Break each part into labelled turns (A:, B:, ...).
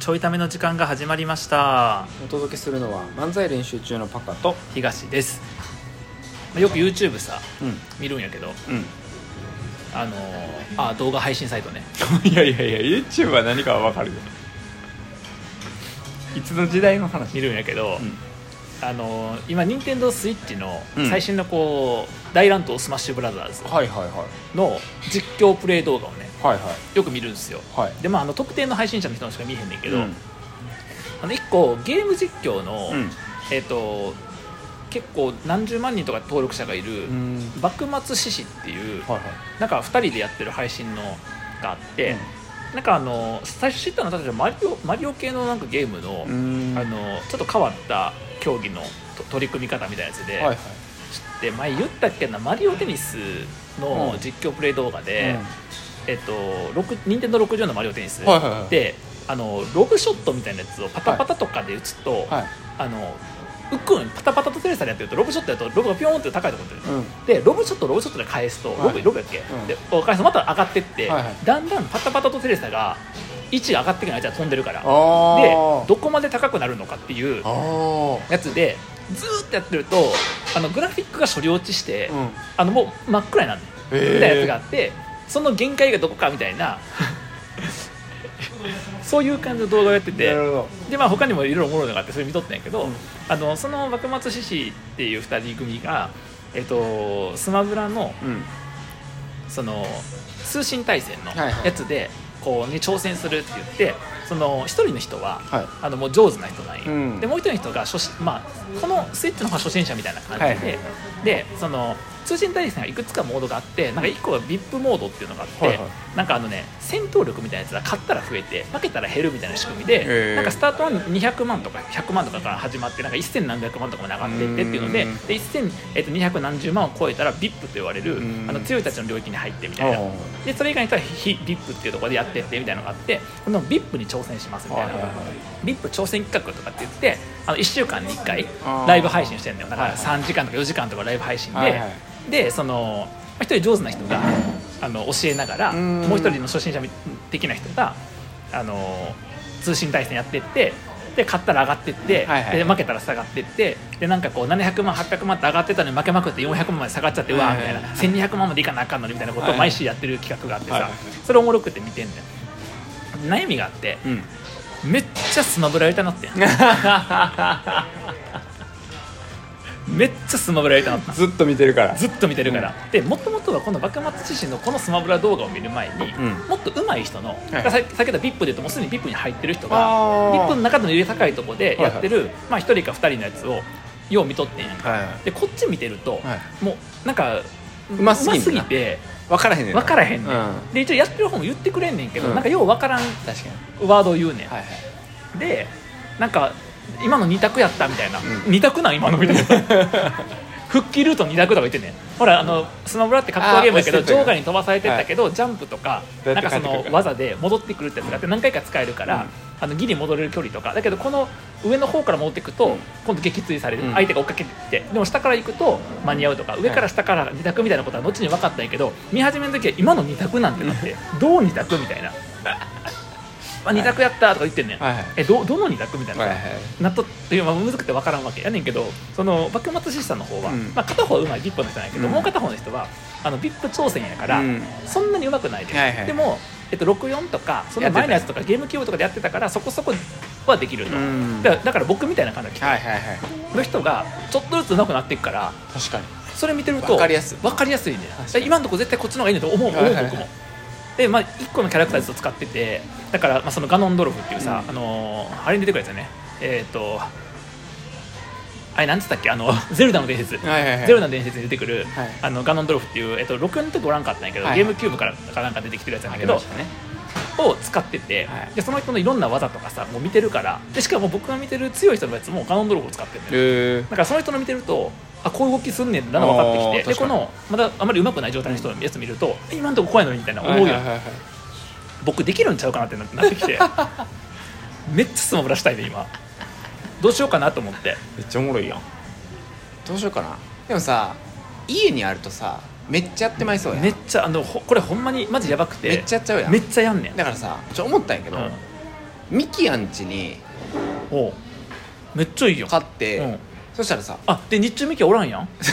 A: ちょいための時間が始まりました
B: お届けするのは漫才練習中のパカと
A: 東ですまあよく YouTube さ
B: うん
A: 見るんやけど
B: う
A: あのーあ動画配信サイトね
B: ん いやいやいや YouTube は何かは分かるよいつの時代の話
A: 見るんやけど、
B: うん
A: あのー今 NintendoSwitch の
B: うん
A: 最新のこう大乱闘スマッシュブラザーズ
B: はいはいはい
A: の実況プレイ動画をね
B: はい
A: よく見るんですよ
B: はいはい
A: でまああの特定の配信者の人しか見えへんねんけ
B: け
A: ど、あの1個ゲーム実況の、
B: うん
A: えっ、と結構何十万人とか登録者がいる、
B: うん
A: 幕末志士っていう、
B: はいはい
A: なんか2人でやってる配信のがあって、なんかあの最初知ったのは確かマリオマリオ系のなんかゲームの,、
B: うん
A: あ
B: はい
A: のちょっと変わった競技のと取り組み方みたいなやつで,、
B: はい
A: で前言ったっけなマリオテニスの
B: うん
A: 実況プレイ動画で、
B: うん
A: えっと6任天堂64のマリオテニス、
B: はいはいはい
A: であのロブショットみたいなやつをパタパタとかで打つと、
B: はい
A: あのうっくんパタパタとテレサでやってるとロブショットやるとロブがピョーンって高いところに出る
B: うん
A: でロブショットロブショットで返すと、ロブ
B: はい
A: ロブやっけ、
B: うん
A: でお返すとまた上がってって、
B: はいはい
A: だんだんパタパタとテレサが位置が上がっていくのあいつは飛んでるからで
B: あー
A: どこまで高くなるのかっていう
B: あ
A: やつでずーっとやってるとあのグラフィックが処理落ちして、
B: ーうん
A: あのもう真っ暗になるみ
B: へー
A: たいなやつがあって、その限界がどこかみたい なそういう感じの動画をやってて
B: なるほど
A: でまあ他にもいろいろおもろいのがあってそれ見とったんやけど、
B: うん
A: あのその幕末志士っていう2人組が、えっと、スマブラの
B: うん
A: その通信対戦の
B: はいはい
A: やつで、こうね、挑戦するって言ってその1人の人は、
B: はい
A: あのもう上手な人なんや、
B: うん
A: でもう1人の人が初心、まあ、このスイッチの方が初心者みたいな感じで、
B: はいはいは
A: でその通信対戦がいくつかモードがあってなんか1個が VIP モードっていうのがあって、
B: はいはい
A: なんかあのね戦闘力みたいなやつが勝ったら増えて負けたら減るみたいな仕組みで、
B: へー
A: なんかスタートは200万とか100万とかから始まってなんか1000何百万とかまで上がっていってっていうので
B: うん
A: で1000、えっと200何十万を超えたら VIP と言われる
B: うん
A: あの強い人たちの領域に入ってみたいな
B: おうおうお。
A: でそれ以外の人は非 VIP っていうところでやってってみたいなのがあってこの VIP に挑戦しますみたいな
B: はいはいは
A: VIP 挑戦企画とかって言ってあの1週間に1回
B: あー
A: ライブ配信してるんだよだから3時間とか4時間とかライブ配信で、
B: はいはい
A: でその1人上手な人があの教えながら
B: うん
A: もう1人の初心者的な人があの通信対戦やってってで勝ったら上がってって、
B: はいはい
A: で負けたら下がってってでなんかこう700万800万って上がってたのに負けまくって400万まで下がっちゃってうわーみたいな
B: はいはい
A: 1200万までいかなあかんのにみたいなことを毎週やってる企画があってさ、
B: はいはい
A: それおもろくて見てんだよ悩みがあって
B: うん
A: めっちゃスマブラやりたな ってんめっちゃスマブラやりたなった
B: ずっと見てるから
A: ずっと見てるから、でもともとはこの幕末自身のこのスマブラ動画を見る前に、
B: うん
A: もっと上手い人の、
B: はい
A: ささっき言った VIP で言うともうすでに VIP に入ってる人
B: あ
A: が
B: ー
A: VIP の中でのより高いとこでやってる、まあ、1人か2人のやつをよう見とってんやんか、
B: はいはい
A: でこっち見てると、
B: は
A: もうなんかう
B: ま過ぎんな
A: まて
B: 分からへんねんな
A: 分からへんねん、
B: うん
A: で一応やってる方も言ってくれんねんけど、
B: うん
A: なんかよう分からん
B: 確かに
A: ワードを言うねん、
B: はいはい
A: でなんか今の2択やったみたいな、
B: う
A: 二2択なん今のみ たいな復帰ルート2択とか言ってんねんほらあのスマブラって格闘ゲームだけ
B: あ
A: ど
B: ー落ちてた
A: 場外に飛ばされてたけど、ジャンプとか
B: どう
A: なん
B: やっ
A: か
B: て
A: そ
B: 帰ってくるか
A: の技で戻ってくるってやつがあって何回か使えるから、
B: うん
A: あのギリ戻れる距離とかだけどこの上の方から戻っていくと、
B: うん
A: 今度撃墜される、
B: うん
A: 相手が追っかけてきてでも下から行くと間に合うとか上から下から2択みたいなことは後に分かったんやけど見始めの時は今の2択なんてなって、どう2択みた いな。まあ、2択やったとか言ってんねん、
B: はいはい
A: えどどの2択みたいな、
B: はいはい
A: なっとっていうまあ難くて分からんわけやねんけどその幕末志士さんの方は、
B: うん
A: まあ、片方はうまい VIP の人なんやけど、
B: うん
A: もう片方の人はあの VIP 挑戦やから、
B: うん
A: そんなにうまくないで、
B: はいはい
A: でも、えっと、64とかその前のやつとかゲームキューブとかでやってたからそこそこはできると、
B: うん
A: だからだから僕みたいな感じの機
B: はい
A: 械
B: はいはい
A: の人がちょっとずつうまくなっていくから
B: 確かに
A: それ見てると
B: わかりやすい
A: わかりやすいね
B: 確かに
A: 今のとこ絶対こっちの方がいいねと思う思う
B: はいはいはい
A: 僕もでまあ1個のキャラクターずっと使っててだから、まあ、そのガノンドルフっていうさ、
B: うん
A: あのーあれに出てくるやつよねえっ、とあれなんつったっけあの ゼルダの伝説、
B: はいはいはい
A: ゼルダの伝説に出てくる、
B: はい
A: あのガノンドルフっていう、えっと64の時おらんかったんやけど、
B: はいはい
A: ゲームキューブからかなんか出てきてるやつなんだ
B: あ
A: け
B: り
A: ど
B: ましたね
A: を使ってて、
B: はい
A: でその人のいろんな技とかさもう見てるからでしかも僕が見てる強い人のやつもガノンドルフを使ってるんだよ
B: へえ
A: なんかその人の見てるとあこういう動きすんねんってだんだん分かってき
B: あー
A: てで
B: 確
A: こ
B: かに
A: のまだあまり上手くない状態の人のやつ見ると、今んとこ怖いのにみたいな思うよ、
B: はいはいはいはい
A: 僕できるんちゃうかなってななってき てめっちゃスマブラしたいで今どうしようかなと思って
B: めっちゃおもろいやんどうしようかなでもさ家にあるとさめっちゃやってまいそうやん
A: めっちゃあのほこれほんまにマジやばくて
B: めっちゃやっちゃうやん
A: めっちゃやんねん
B: だからさちょ思ったんやけど、
A: うん
B: ミキアン家に
A: おうめっちゃいいよ
B: 買って、
A: うん
B: そしたらさ
A: あで日中ミキおらんやんだ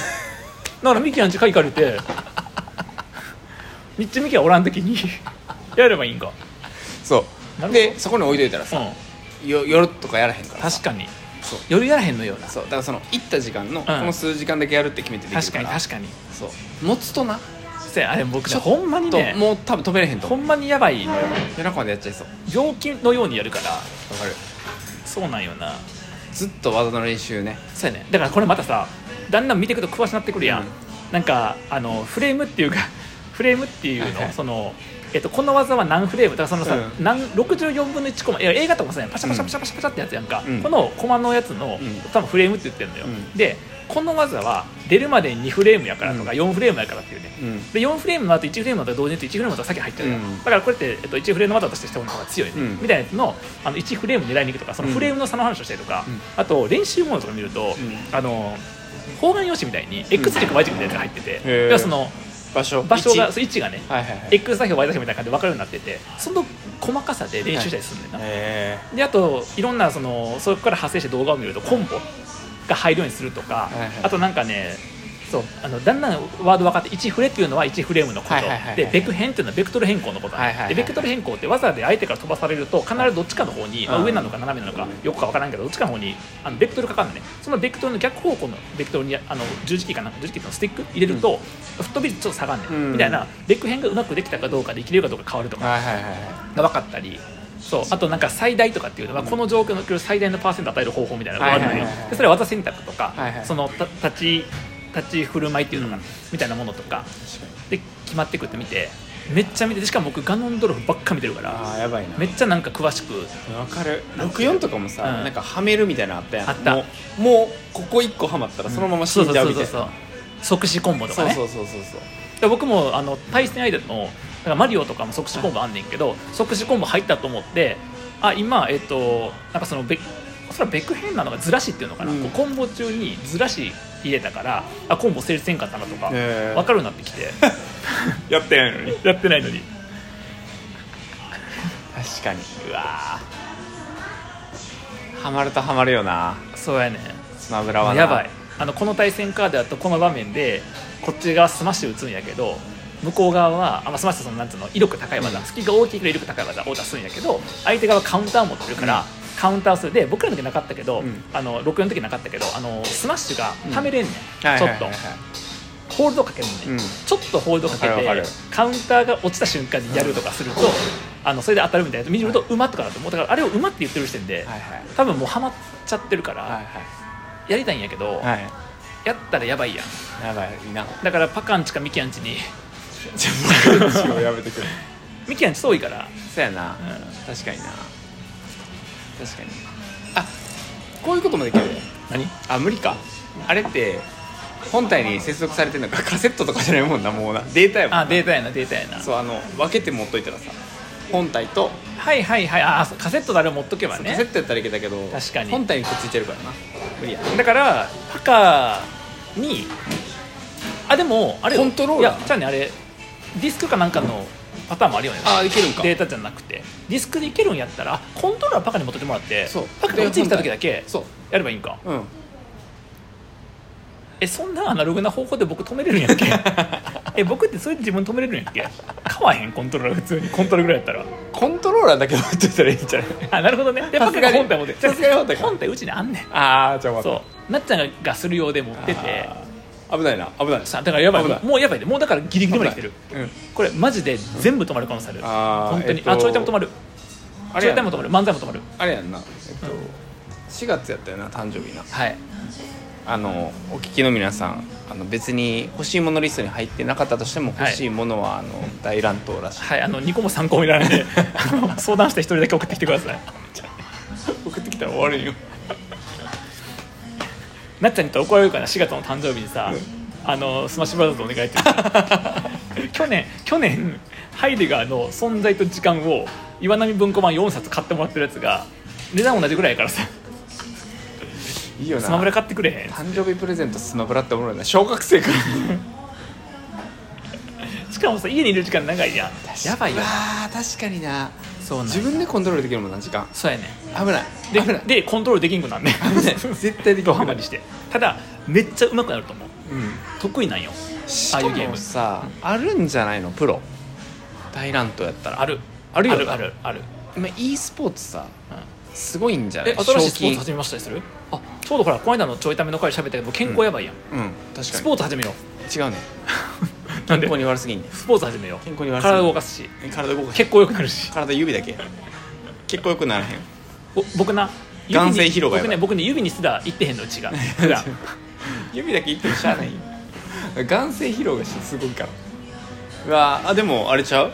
A: からミキアんち会行かれて 日中ミキはおらん時にやればいいんか
B: そ
A: なるほ
B: う
A: ど
B: でそこに置いといたら
A: う
B: さ、
A: ん
B: よ夜とかやらへんからさ
A: 確かに
B: そう
A: 夜やらへんのような
B: そうだからその行った時間のこの数時間だけやるって決めてできる
A: 確
B: か
A: からに確かに
B: そう持つとな
A: せやあれ僕
B: ち
A: ね
B: ょっと
A: ほんまにね
B: もう多分止めれへんと
A: ほ
B: 思うん
A: まにやばいのよ
B: 夜中までやっちゃいそうわ
A: 病気のようにやるから
B: かる
A: そうなんよな
B: ずっと技の練習ね
A: そうやねだからこれまたさだんだん見ていくと詳しくなってくるやん、
B: うん
A: なんかあのフレームっていうか フレームっていうの、
B: はいはい
A: そのえっと、この技は何フレームだからそのさ、
B: うん
A: 何64分の1コマいや映画とかもさパシャパシャパシャパシャパシャってやつやんか、
B: うん
A: このコマのやつの、
B: うん
A: 多分フレームって言ってるのよ、
B: うん
A: でこの技は出るまでに2フレームやからとか、
B: うん
A: 4フレームやからっていうね
B: うん
A: で4フレームの後1フレームの後同時にと1フレームの後先入ってるから、
B: うん
A: だからこれって、えっと、1フレームの後としてした方が強いね、
B: うん
A: みたいなやつのあの1フレーム狙いに行くとかそのフレームの差の話をしたりとか、
B: うん
A: あと練習モードとか見ると、
B: ん
A: あの方眼用紙みたいに X 軸 Y 軸みたいなやつが入ってて、
B: へー
A: 要はその
B: 場所
A: 場所
B: 位
A: が
B: 置
A: そう位置がね、
B: はいはいはい
A: X 座標 Y 座標みたいな感じで分かるようになっててその細かさで練習したりするんだよな、
B: え
A: であといろんなそのそこから派生して動画を見るとコンボが入るようにするとか、
B: はいはい
A: あとなんかねそうあのだんだんワード分かって1フレっていうのは1フレームのこと、
B: はいはいはいはい
A: でベク変っていうのはベクトル変更のこと、
B: はいはいはい
A: でベクトル変更って技で相手から飛ばされると必ずどっちかの方に、まあ
B: うん
A: 上なのか斜めなのかよくか分からんけどどっちかの方にあのベクトルかかるのねそのベクトルの逆方向のベクトルにあの十字キーかな十字キーのスティック入れると、吹っ飛び率ちょっと下がんね、
B: うん
A: ん、みたいなベク変がうまくできたかどうかできれるかどうか変わるとか
B: ー、はいはいはいは
A: が分かったりそうあとなんか最大とかっていうのはこの状況の最大のパーセント与える方法みたいなのがあるの
B: はい
A: よ
B: はいはいはい
A: でそれは技選択とか、
B: はいはい
A: そのた立ち立ち振る舞いっていうのが、
B: うん
A: みたいなものとか
B: い確かに
A: で決まってくって見てめっちゃ見ててしかも僕ガノンドルフばっか見てるから
B: あーやばいな
A: めっちゃなんか詳しく
B: わかる64とかもさ、
A: うん
B: なんかはめるみたいなのあったやん
A: あった
B: もうもうここ1個はまったらそのまま死んじゃうみたい
A: そうそ
B: な、
A: うそうそう即死コンボとかね
B: そうそうそうそう
A: で僕もあの対戦相手のだからマリオとかも即死コンボあんねんけど即死コンボ入ったと思ってあ今えっとなんかそのべそれはベク変なのがずらしっていうのかな、
B: うん
A: こうコンボ中にずらし入れたからあコンボ成立せんかったなとか、
B: へー
A: 分かるようになってきて
B: やってないのに
A: やってないのに
B: 確かにうわーはまるとはまるよな
A: そうやね
B: スマブラはな
A: やばいあのこの対戦カードだとこの場面でこっち側スマッシュ打つんやけど向こう側はあまあスマッシュそのなんつうの威力高い技隙が大きいくらい威力高い技を出すんやけど相手側はカウンターを持ってるから、
B: うん
A: カウンターをするで僕らの時なかったけど、
B: うん
A: あの64の時なかったけどあのスマッシュがためれんねん、
B: はい
A: ちょ
B: はいは
A: っ
B: い
A: と
B: はい
A: ホールドかけるねん、
B: うん
A: ちょっとホールドかけ
B: わかるわか
A: て
B: る
A: カウンターが落ちた瞬間にやるとかすると、あのそれで当たるみたいなやつ見ると馬とかだと思うだからあれを馬って言ってる時点で、
B: はいはい
A: 多分もうハマっちゃってるから、
B: はい
A: やりたいんやけど、
B: はいはい
A: やったらやばいやん
B: やばいな
A: だからパカンチかミキアンチに
B: じゃあ僕の血をやめてくれ
A: ミキアンチ遠いから、
B: そうやな、
A: うん、
B: 確かにな確かにあこういうこともできる
A: 何
B: あ無理かあれって本体に接続されてるのかカセットとかじゃないもんなもうなデータやもんな
A: あデータやなデータやな
B: そうあの分けて持っといたらさ本体と、
A: はいはいはいあそうカセットだれ持っとけば
B: カセッ
A: ね
B: トやったらいけたけど
A: 確かに
B: 本体にくっついてるからな無理や
A: だからパカにあでもあれよ
B: コントローラー
A: いやじゃあねあれディスクかなんかのパターンもあるよね
B: あいけるんか
A: データじゃなくてディスクでいけるんやったらあコントローラーパカに持ってってもらって
B: そう
A: パカがこっちに来た時だけ
B: そう
A: やればいいんか
B: うん
A: えそんなアナログな方法で僕止めれるん やっけえ僕ってそうやって自分止めれるんやっけ買わへんコントローラー普通にコントローラーぐらいやったら
B: コントローラーだけ持っといたらいいんじゃない
A: あなるほどねで
B: さ
A: パ
B: す
A: カ
B: が
A: が
B: に
A: 本体持って
B: さすがに本体か
A: 本体うち にあんねん
B: ああじゃあ待って
A: そうなっちゃんがするようで持ってて
B: 危ないな危ない
A: さだからやばい
B: 危ない
A: もうやばいねもうだからギリギリまで来てる
B: 危ないうん
A: これマジで全部止まる可能性ある
B: あー
A: 本当に、
B: えっと
A: あちょいタイも止まる
B: あ
A: ち
B: れ
A: ょい
B: や
A: タイ
B: ん
A: も止まる漫才も止まる
B: あれやんなえっと4月やったよな誕生日な
A: はい
B: あのお聞きの皆さんあの別に欲しいものリストに入ってなかったとしても
A: はい
B: 欲しいものはあの大乱闘らしい、
A: はいあの2個も3個もいらないんで あの相談して1人だけ送ってきてください
B: 送ってきたら終わるよ
A: なっちゃんに言ったら怒られるから4月の誕生日にさ「あのスマッシュブラザーズお願い」って言 って去年去年ハイデガーの「存在と時間」を岩波文庫版4冊買ってもらってるやつが値段同じぐらいやからさ
B: いいよ
A: 「
B: な
A: スマブラ買ってくれへん」
B: 誕生日プレゼントスマブラっておもろいな小学生から
A: しかもさ家にいる時間長いやんやばいよ
B: あー確かにな
A: そうなんや
B: 自分でコントロールできるもんな時間
A: そうやね
B: 危ない危ない
A: ででコントロールできんくなんね
B: 危ない 絶対でき
A: ド
B: な
A: ハ
B: い
A: マりしてただめっちゃ上手くなると思う
B: うん
A: 得意なんよ
B: し
A: ああ
B: か
A: いうゲーム
B: もさあるんじゃないのプロ大乱闘やったら
A: ある
B: あるよ
A: あ
B: な
A: るあるある、
B: 今 e スポーツさ
A: うん
B: すごいんじゃない
A: え新しいスポーツ
B: 賞
A: 始めましたりする
B: あ
A: ちょうどほらこの間のちょいための回喋ったけど健康やばいやん、
B: 金うん確かに
A: スポーツ始めよ
B: 違うね
A: うなんで
B: 健康に悪すぎんね
A: スポーツ始めよ
B: 健
A: う
B: 康に悪すぎん
A: 体動かすし
B: 体動かへん
A: 血行良くなるし
B: 体指だけ結構よくならへん
A: お僕な指に
B: 眼性疲労がやばい
A: 僕ね僕ね指にすら行ってへんのうち が普段
B: 指だけいってもしゃあない眼性疲労がすごいからうわあでもあれちゃう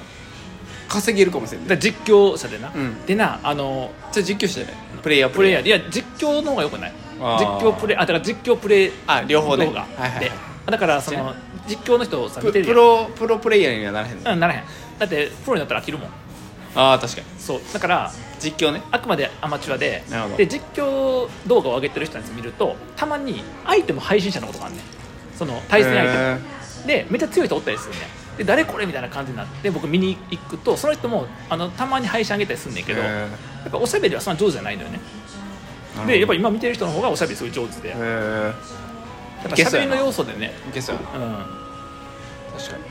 B: 稼げるかもしれない
A: だから実況者でな、
B: うん
A: でなあの
B: じゃあ実況してねプレイヤー
A: プレイヤー
B: ー
A: でいや実況の方が良くない
B: あー
A: 実況プレイあだから実況プレイ
B: あ両方ね
A: 動画
B: はいはいはい
A: でだからその実況の人をさ見
B: プ
A: てる
B: プ
A: やん
B: ロプロプレイヤーにはならへんの、
A: うんならへんだってプロになったら飽きるもん
B: ああ確かに
A: そうだから
B: 実況ね
A: あくまでアマチュアで
B: なるほど
A: で実況動画を上げてる人たち見るとたまにアイテム配信者のことがあんねんその対戦相手
B: へ
A: でめっちゃ強い人おったりするねで誰これみたいな感じになって僕見に行くとその人もあのたまに配信上げたりすんねん
B: ー
A: けどや
B: へ
A: っぱおしゃべりはそんな上手じゃないのよね
B: ー
A: でやっぱ今見てる人の方がおしゃべりすごい上手でやっ
B: へ
A: ぱしゃべりの要素でね
B: えいけそうやな
A: うん
B: 確かに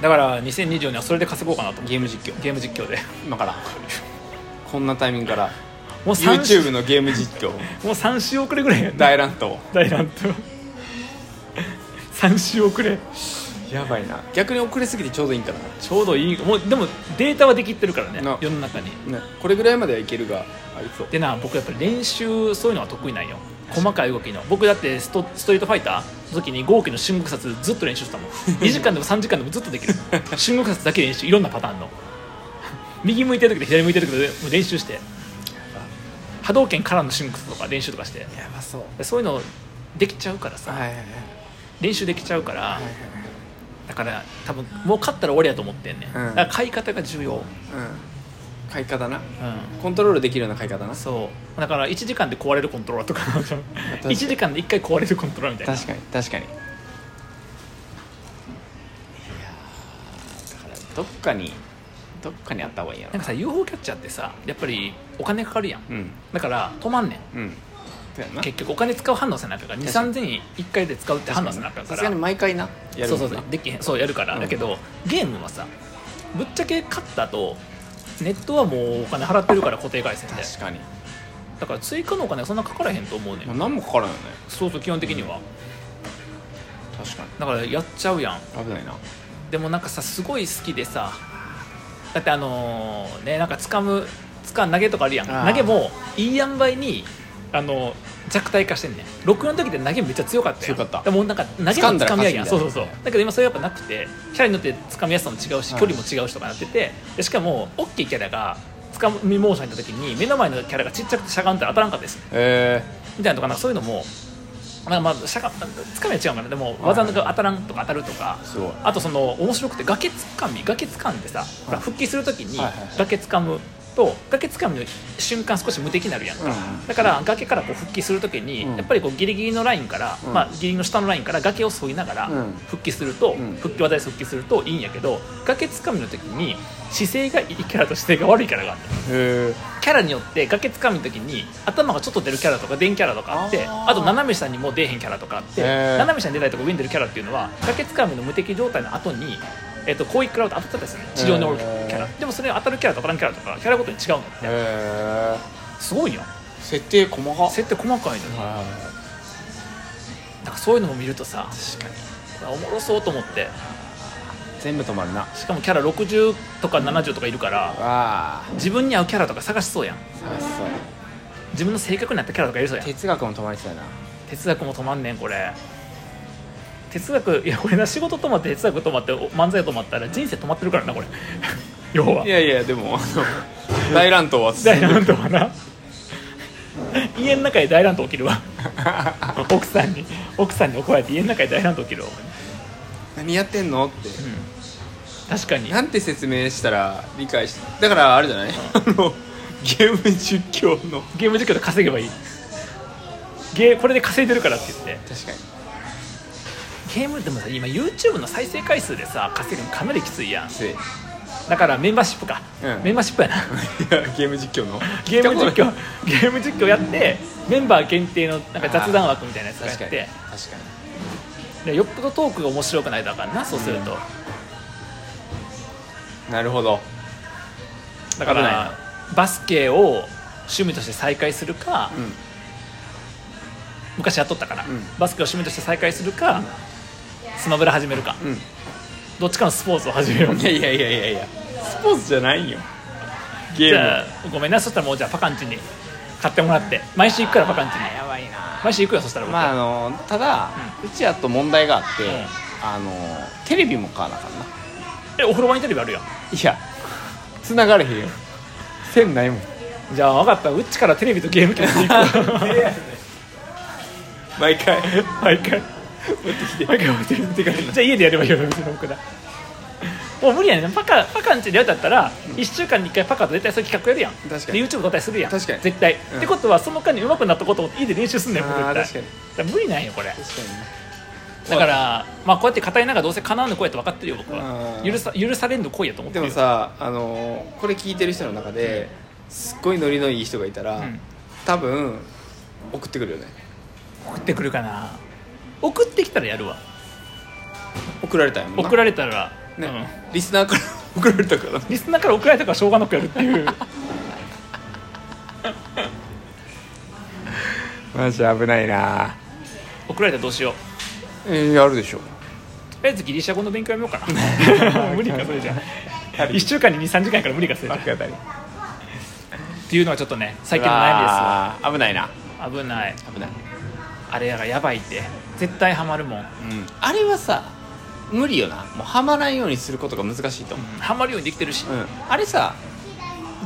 A: だから2024年はそれで稼ごうかなと思って
B: ゲーム実況
A: ゲーム実況で
B: 今からこんなタイミングから
A: もう三
B: YouTube のゲーム実況
A: もう3週遅れぐらいや
B: 大乱闘
A: 大乱闘3週遅れ
B: やばいな逆に遅れすぎてちょうどいいんかな
A: ちょうどいいもうでもデータはできてるからね
B: な
A: 世の中に
B: ねこれぐらいまではいけるがありそう
A: でな僕やっぱり練習そういうのは得意なんよ細かい動きの僕だってストストリートファイターの時に豪気の春国殺ずっと練習した もん2時間でも3時間でもずっとできる春国殺だけ練習いろんなパターンの右向いてる時と左向いてる時と練習して波動拳からの春国殺とか練習とかして
B: やばそう
A: そういうのできちゃうからさ、
B: はいはいはい
A: 練習できちゃうから、だから多分もう勝ったら終わりやと思ってんね、ん、だ
B: うん
A: から買い方が重要、うん、
B: うん買い方なコントロールできるような買い方な
A: そうだから1時間で壊れるコントローラーとか
B: か
A: 1
B: に
A: 時間で1回壊れるコントローラーみたいな
B: 確かに確かにいやーだからどっかにどっかにあった方がいいや
A: な
B: ろ
A: んかさ UFO キャッチャーってさやっぱりお金かかるやん、
B: うん
A: だから止まんねん
B: うんそうやな
A: 結局お金使う反応せなあかんから
B: 確かに
A: 23000円1回で使うって反応せなあかんか
B: さ
A: ら
B: すがに毎回なやる
A: そう
B: もんな
A: そうそうできへんそうやるから、
B: うん
A: だけどゲームはさぶっちゃけ勝ったとネットはもうお金払ってるから固定回線で
B: 確かに
A: だから追加のお金はそんなかからへんと思うねん
B: もう何もかからんよね
A: そうそう基本的には、
B: 確かに
A: だからやっちゃうやん
B: 危ないな
A: でもなんかさすごい好きでさだってあのーねなんか掴む掴ん投げとかあるやん
B: あー
A: 投げもいい塩梅にあの弱体化してんねん64の時って投げめっちゃ強かったやん
B: 強かっ
A: で
B: た
A: もなんか投げも
B: 掴んだら
A: 掴みやいやんそ
B: 勝
A: う
B: ち
A: そう
B: み
A: そ
B: たいうな
A: だけど今それやっぱなくてキャラによって掴みやすさも違うし
B: は
A: 距
B: い
A: 離も違うしとかなっててでしかも大きいキャラが掴みモーションに行った時に目の前のキャラがちっちゃくてしゃがんだら当たらんかったです
B: え
A: みたいなとかなんかそういうのも、まあ、まあしゃがつかみは違うからでも技が当たらんとか当たるとか
B: ー、すごい
A: あとその面白くて崖つかみ崖つかんでさ、ほら復帰するときに
B: はいはいはい
A: 崖つかむと崖つかみの瞬間少し無敵になるやんか、
B: うん
A: だから崖からこう復帰するときに、
B: うん
A: やっぱりこうギリギリのラインから、
B: うん
A: まあ、ギリギリの下のラインから崖を沿いながら
B: うん
A: 復帰すると、
B: うん
A: 復帰技で復帰するといいんやけど崖つかみの時に姿勢がいいキャラと姿勢が悪いキャラがあって
B: へえ
A: キャラによって崖つかみの時に頭がちょっと出るキャラとか電キャラとかあって
B: あ
A: あ
B: ー
A: と斜め下にも出えへんキャラとかあって
B: へー
A: 斜め下に出ないとか上に出るキャラっていうのは崖つかみの無敵状態の後にえっとこういうクラウド当たったりするね地上におるキャラ
B: へ
A: でもそれ当たるキャラと当たらんキャラとかキャラごとに違うのって
B: へえ
A: すごいよ
B: 設定細か
A: 設定細かいのに
B: はいはいはい
A: なんかそういうのも見るとさ
B: 確か
A: お
B: に
A: もろそうと思って
B: 全部止まるな
A: しかもキャラ60とか70とかいるから
B: わあ
A: 自分に合うキャラとか探しそうやん
B: 楽しそう
A: 自分の性格になったキャラとかいるそうやん
B: 哲学も止まりそうやな
A: 哲学も止まんねんこれ哲学いやこれな仕事止まって哲学止まってお漫才止まったら人生止まってるからなこれ 要はい
B: やいやでもあの大乱闘は進
A: 大
B: んで
A: 乱闘はな家の中で大乱闘起きるわ 奥さんに奥さんに怒られて家の中で大乱闘起きるわ、
B: 何やってんのって
A: うん、確かに
B: なんて説明したら理解しだからあれじゃないあのゲーム実況の
A: ゲーム実況で稼げばいいゲーこれで稼いでるからって言って
B: 確かに
A: ゲームでもさ今 YouTube の再生回数でさ稼ぐのかなりきついやん
B: つい
A: だからメンバーシップか、
B: うん
A: メンバーシップやな
B: や ゲーム実況の
A: ゲーム実
B: 聞いた
A: 況ゲーム実況やってメンバー限定のなんか雑談枠みたいなやつ
B: こと
A: が
B: な
A: やっ
B: い確かに
A: て
B: 確かに
A: でよっぽどトークが面白くないとあかんなそうすると、
B: うんなるほど
A: だか
B: 危ない
A: らバスケを趣味として再開するか、
B: うん
A: 昔やっとったから、
B: うん
A: バスケを趣味として再開するか、スマブラ始めるか
B: う
A: どっちかのスポーツを始めようん
B: いやいやいやいやいやスポーツじゃないよゲ
A: じ
B: ー
A: ゃあ
B: ム
A: ごめんなそしたらもうじゃあパカンチに買ってもらって毎週行くからパカンチに
B: ばいな
A: 毎週行くよそしたら僕、
B: まああのただ、うちやと問題があって、
A: うん
B: あのテレビも買わなあかんな
A: えお風呂場にテレビあるやん
B: いや繋がれへんよ線ないもん
A: じゃあ分かったうっちからテレビとゲーム機持っていく
B: 毎回
A: 毎回毎回持ってきてじゃあ家でやればいいよ別に僕だもう無理やねんパカパカンチでやったったら1週間に1回パカと絶対そういう企画やるやん
B: 確かに
A: で YouTube 撮ったりするやん
B: 確かに
A: 絶対、
B: うん
A: ってことはその間に上手くなったことを家で練習すんねんもう絶
B: あー
A: 対
B: 確かに
A: だから無理ないよこれ
B: 確かにね
A: だからまあこうやって語りながらどうせ叶うの声やと分かってるよ僕は
B: うん
A: 許さ許されんの声やと思って
B: で
A: るよ
B: もさあのこれ聞いてる人の中で、すっごいノリのいい人がいたら、
A: うん
B: 多分送ってくるよね
A: 送ってくるかな送ってきたらやるわ
B: 送られたんやもんな
A: 送られたら、
B: ね、
A: う
B: リスナーから 送られたから
A: ん、リスナーから送られたからしょうがなくやるっていう
B: マジ危ないな
A: 送られたらどうしよう
B: えやるでしょ
A: とりあえずギリシャ語の勉強やめようか な無理かそれじゃ1週間に23時間やから無理かそれじゃ
B: 当たり
A: っていうのがちょっとね最近
B: 最近
A: の
B: の
A: 悩み
B: 悩
A: で
B: みです
A: わ
B: すわ危ないな
A: 危ない
B: 危ない、
A: あれやがやばいって絶対ハマるもん、うん
B: うん、あれはさ無理よなもうはまらんようにすることが難しいと思
A: ハマるようにできてるし、
B: う、うん、あれさ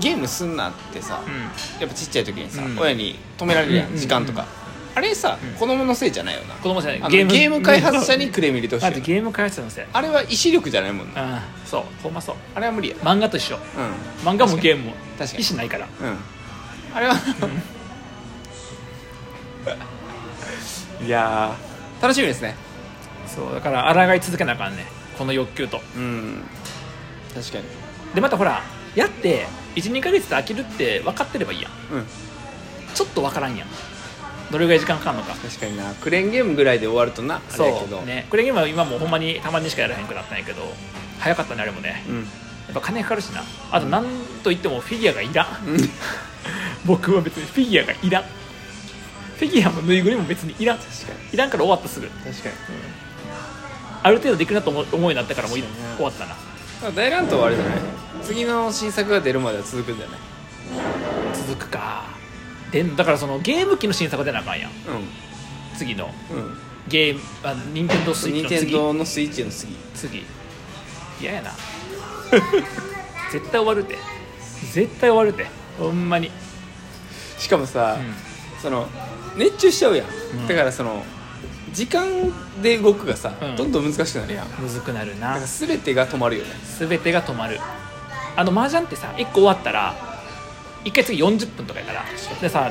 B: ゲームすんなってさ、
A: うん
B: やっぱちっちゃい時にさ、
A: うん
B: 親に止められるや
A: うんん
B: 時間とか、あれさ、子供のせいじゃないよな
A: 子供じゃない
B: あの
A: ゲ
B: ゲ
A: ー
B: ー
A: ム
B: ム開発者にクレーム入れてほしい
A: あ
B: よ
A: と
B: な
A: ゲーム開発者のせい
B: あれは意志力じゃないもんな
A: あそうほんまそう
B: あれは無理や
A: 漫画と一緒
B: うん
A: 漫画もゲームも
B: 確か
A: 意
B: に
A: 思ないから
B: うんあれはいやー楽しみですね
A: そうだから抗い続けなあかんねこの欲求と
B: うん確かに
A: でまたほらやって12ヶ月で飽きるって分かってればいいやん
B: うん
A: ちょっと分からんやんどれぐらい時間かかんのか
B: 確かになクレーンゲームぐらいで終わるとなあれやけど
A: ねこれ今今もうほんまにたまにしかやらへんくなったんやけど早かったねあれもね
B: うん
A: やっぱ金かかるしなあとなんといってもフィギュアがいらん
B: うん
A: 僕は別にフィギュアがいらんフィギュアもぬいぐるみも別にいらん
B: 確かに
A: いらんから終わったすぐ
B: 確かに
A: ある程度できるなと思う思いになったからもうい
B: そうやね
A: 終わったな
B: まあ大乱闘はあれじゃない次の新作が出るまでは続くんじゃない
A: 続くかでだからそのゲーム機の新作出なあかんやん次の
B: うんうん
A: ゲームあ任天堂スイッ
B: 任
A: チ
B: 天
A: の
B: 堂のスイッチの次
A: 次次嫌やな 絶対終わるて絶対終わるてほんまに、
B: しかもさ、
A: う
B: その熱中しちゃうやん、
A: ん
B: だからその時間で動くがさ、
A: うん
B: どんどん難しくなるやんだか
A: ん、むずくなるな
B: ら全てが止まるよね
A: 全てが止まるあの麻雀ってさ1個終わったら1回次40分とかやからでさ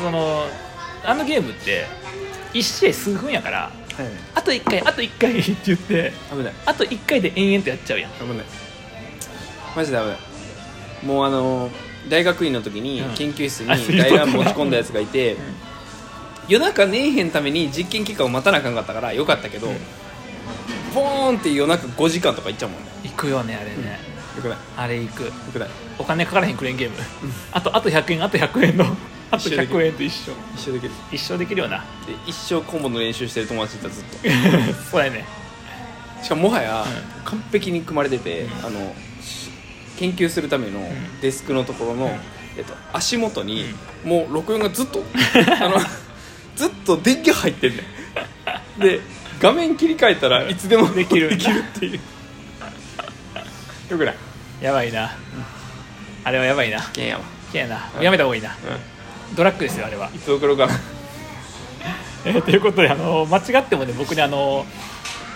A: そのあのゲームって1試合数分やからあと1回あと1回って言って
B: 危ない
A: あと1回で延々とやっちゃうやん
B: 危ないマジで危ないもうあの大学院の時に
A: うん
B: 研究室
A: あそう
B: に
A: いうこ
B: 大
A: と
B: 乱持ち込んだやつがいて、
A: ん
B: 夜中寝えへんために実験期間を待たなあかんかったからよかったけど、
A: うん
B: ポーンって夜中5時間とかいっちゃうもんね
A: 行くよねあれね、
B: よくない
A: あれ行く
B: よくない
A: お金かからへんクレーンゲーム、あとあと100円あと100円のあと
B: 一緒できる
A: 100円と一緒
B: 一生できる
A: 一生できるよな
B: で一生コンボの練習してる友達いたずっと
A: そうやね
B: しかももはや完璧に組まれてて、あのし研究するためのデスクのところの、えっと、足元にもう録音がずっ とあのずっと電気入ってんねんで画面切り替えたらいつでも
A: できる
B: できるっていうよくない
A: やばいな、あれはやばいな
B: けんやわ、
A: 嫌やなやめた方がいいな
B: う
A: ドラッグですよあれは
B: ん、いつ送ろうかな
A: えーということであの間違ってもね僕ねあの、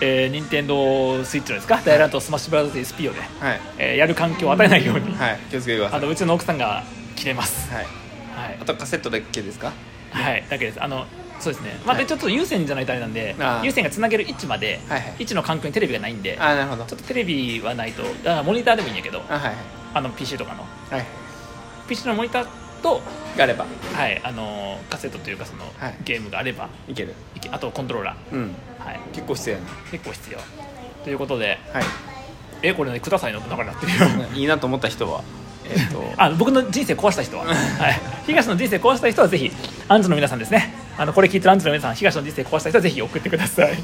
A: えー、任天堂スイッチのですかダイランとスマッシュブラザーズ SP をね、
B: はい
A: えーやる環境を与えないように、
B: はい気をつけてくださ
A: あ
B: い
A: のうちの奥さんが切れます
B: はい
A: はい
B: あ、とカセットだけですか
A: はい、だけですあのそうですね、まあ、
B: はい
A: でちょっと有線じゃないとあれなんで
B: あー
A: 有線がつなげる位置まで、
B: はいはい
A: 位置の環境にテレビがないんで
B: ああなるほど
A: ちょっとテレビはないとあモニターでもいいんやけど
B: あはい
A: あの PC とかの
B: はいはい
A: PC のモニターと、
B: があれば
A: はい、あのカセットというかその、
B: はい
A: ゲームがあれば
B: いける
A: いけあとコントローラ
B: うん
A: ー、はい、
B: 結構必要やね
A: 結構必要ということで
B: はい
A: えこれ、ね、くださいの中になってるよ
B: いいなと思った人はえっと
A: あ僕の人生壊した人は、はい、東の人生壊した人はぜひアンジュの皆さんですねあのこれ聞いてるアンジュの皆さん東の人生壊した人はぜひ送ってください